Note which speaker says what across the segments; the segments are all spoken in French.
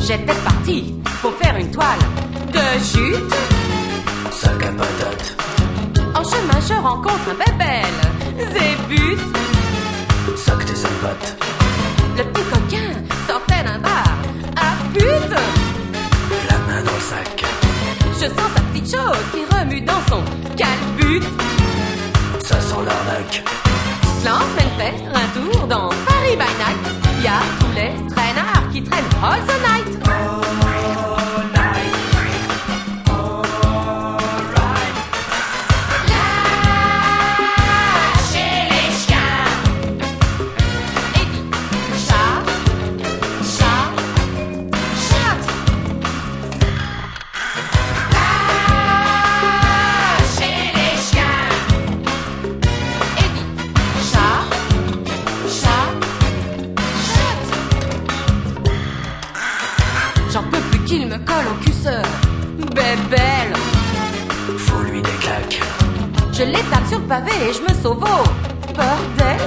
Speaker 1: J'étais partie pour faire une toile de jute.
Speaker 2: Sac à patates,
Speaker 1: En chemin, je rencontre un bébel. Zébut,
Speaker 2: sac tes salvates,
Speaker 1: le petit coquin sortait d'un bar. À pute,
Speaker 2: la main dans le sac,
Speaker 1: je sens sa petite chose qui remue dans son calbut.
Speaker 2: ça sent l'arnaque,
Speaker 1: Là, en pleine fête, un tour dans Paris by Night. Y a tous les traînards qui traînent all the night. Lâchez les chiens. Et dis, chat, chat, chatte. Lâchez les chiens. Et dis, chat, chat, chatte. J'en peux plus qu'il me colle au cusseur. Bébelle,
Speaker 2: faut lui des claques,
Speaker 1: je l'étape sur le pavé et je me sauve au bordel.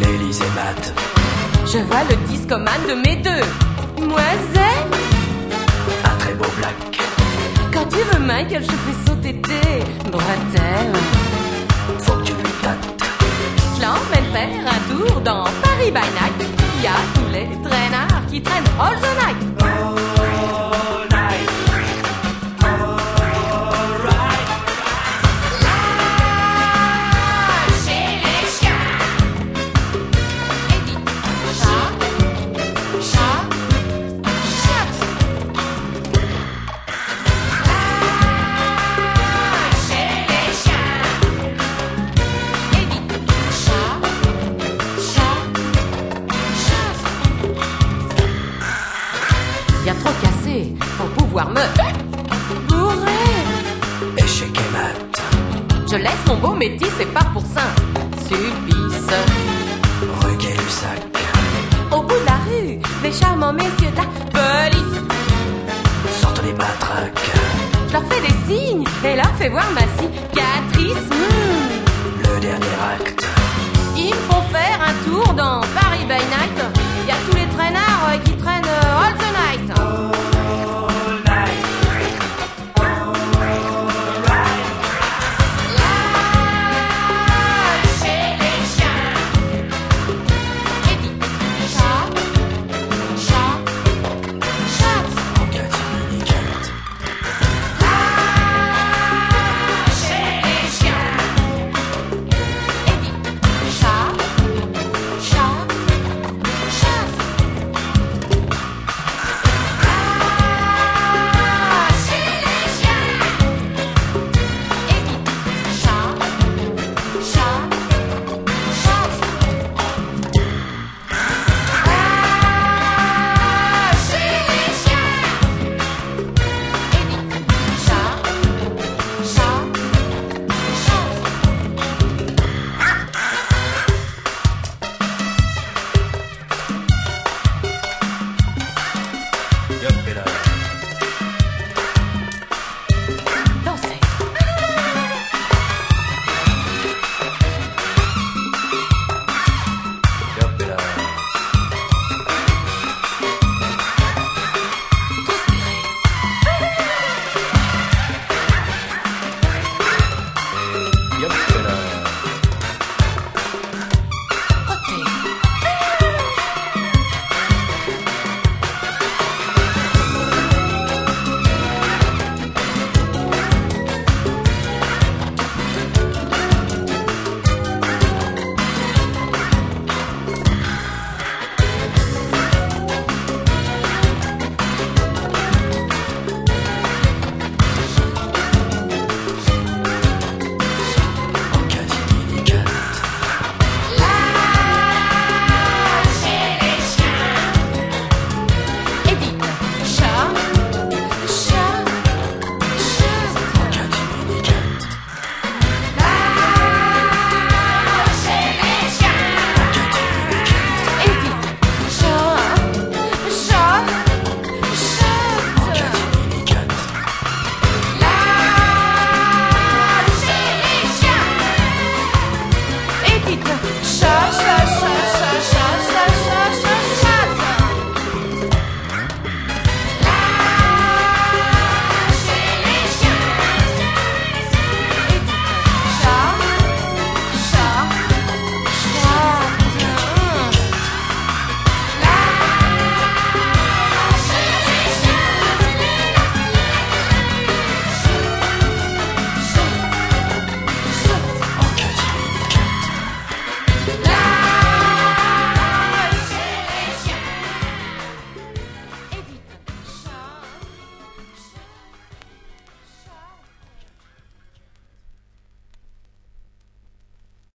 Speaker 2: l'Élysée mat,
Speaker 1: Je vois le discoman de mes deux demoiselles.
Speaker 2: un très beau black,
Speaker 1: Quand tu veux, Michael, je fais sauter tes bretelles.
Speaker 2: faut que tu lui tâtes,
Speaker 1: Je l'emmène faire un tour dans Paris by Night. Y a tous les traînards qui traînent all the night. Lâchez les chiens. Et dis, chat, chat, chatte. Lâchez les chiens. Et dis, chat, chat, chatte. Bien trop cassé pour pouvoir me bourrer.
Speaker 2: échec et mat,
Speaker 1: Je laisse mon beau métier, c'est pas pour ça. Subisse.
Speaker 2: regaie du sac,
Speaker 1: Au bout de la rue, les charmants messieurs de la police.
Speaker 2: sortent les batraques,
Speaker 1: Je leur fais des signes et leur fais voir ma cicatrice. Hmm.
Speaker 2: le dernier acte,
Speaker 1: Ils me font faire un tour dans Paris by Night. Y a tous les traînards euh, qui traînent euh, all the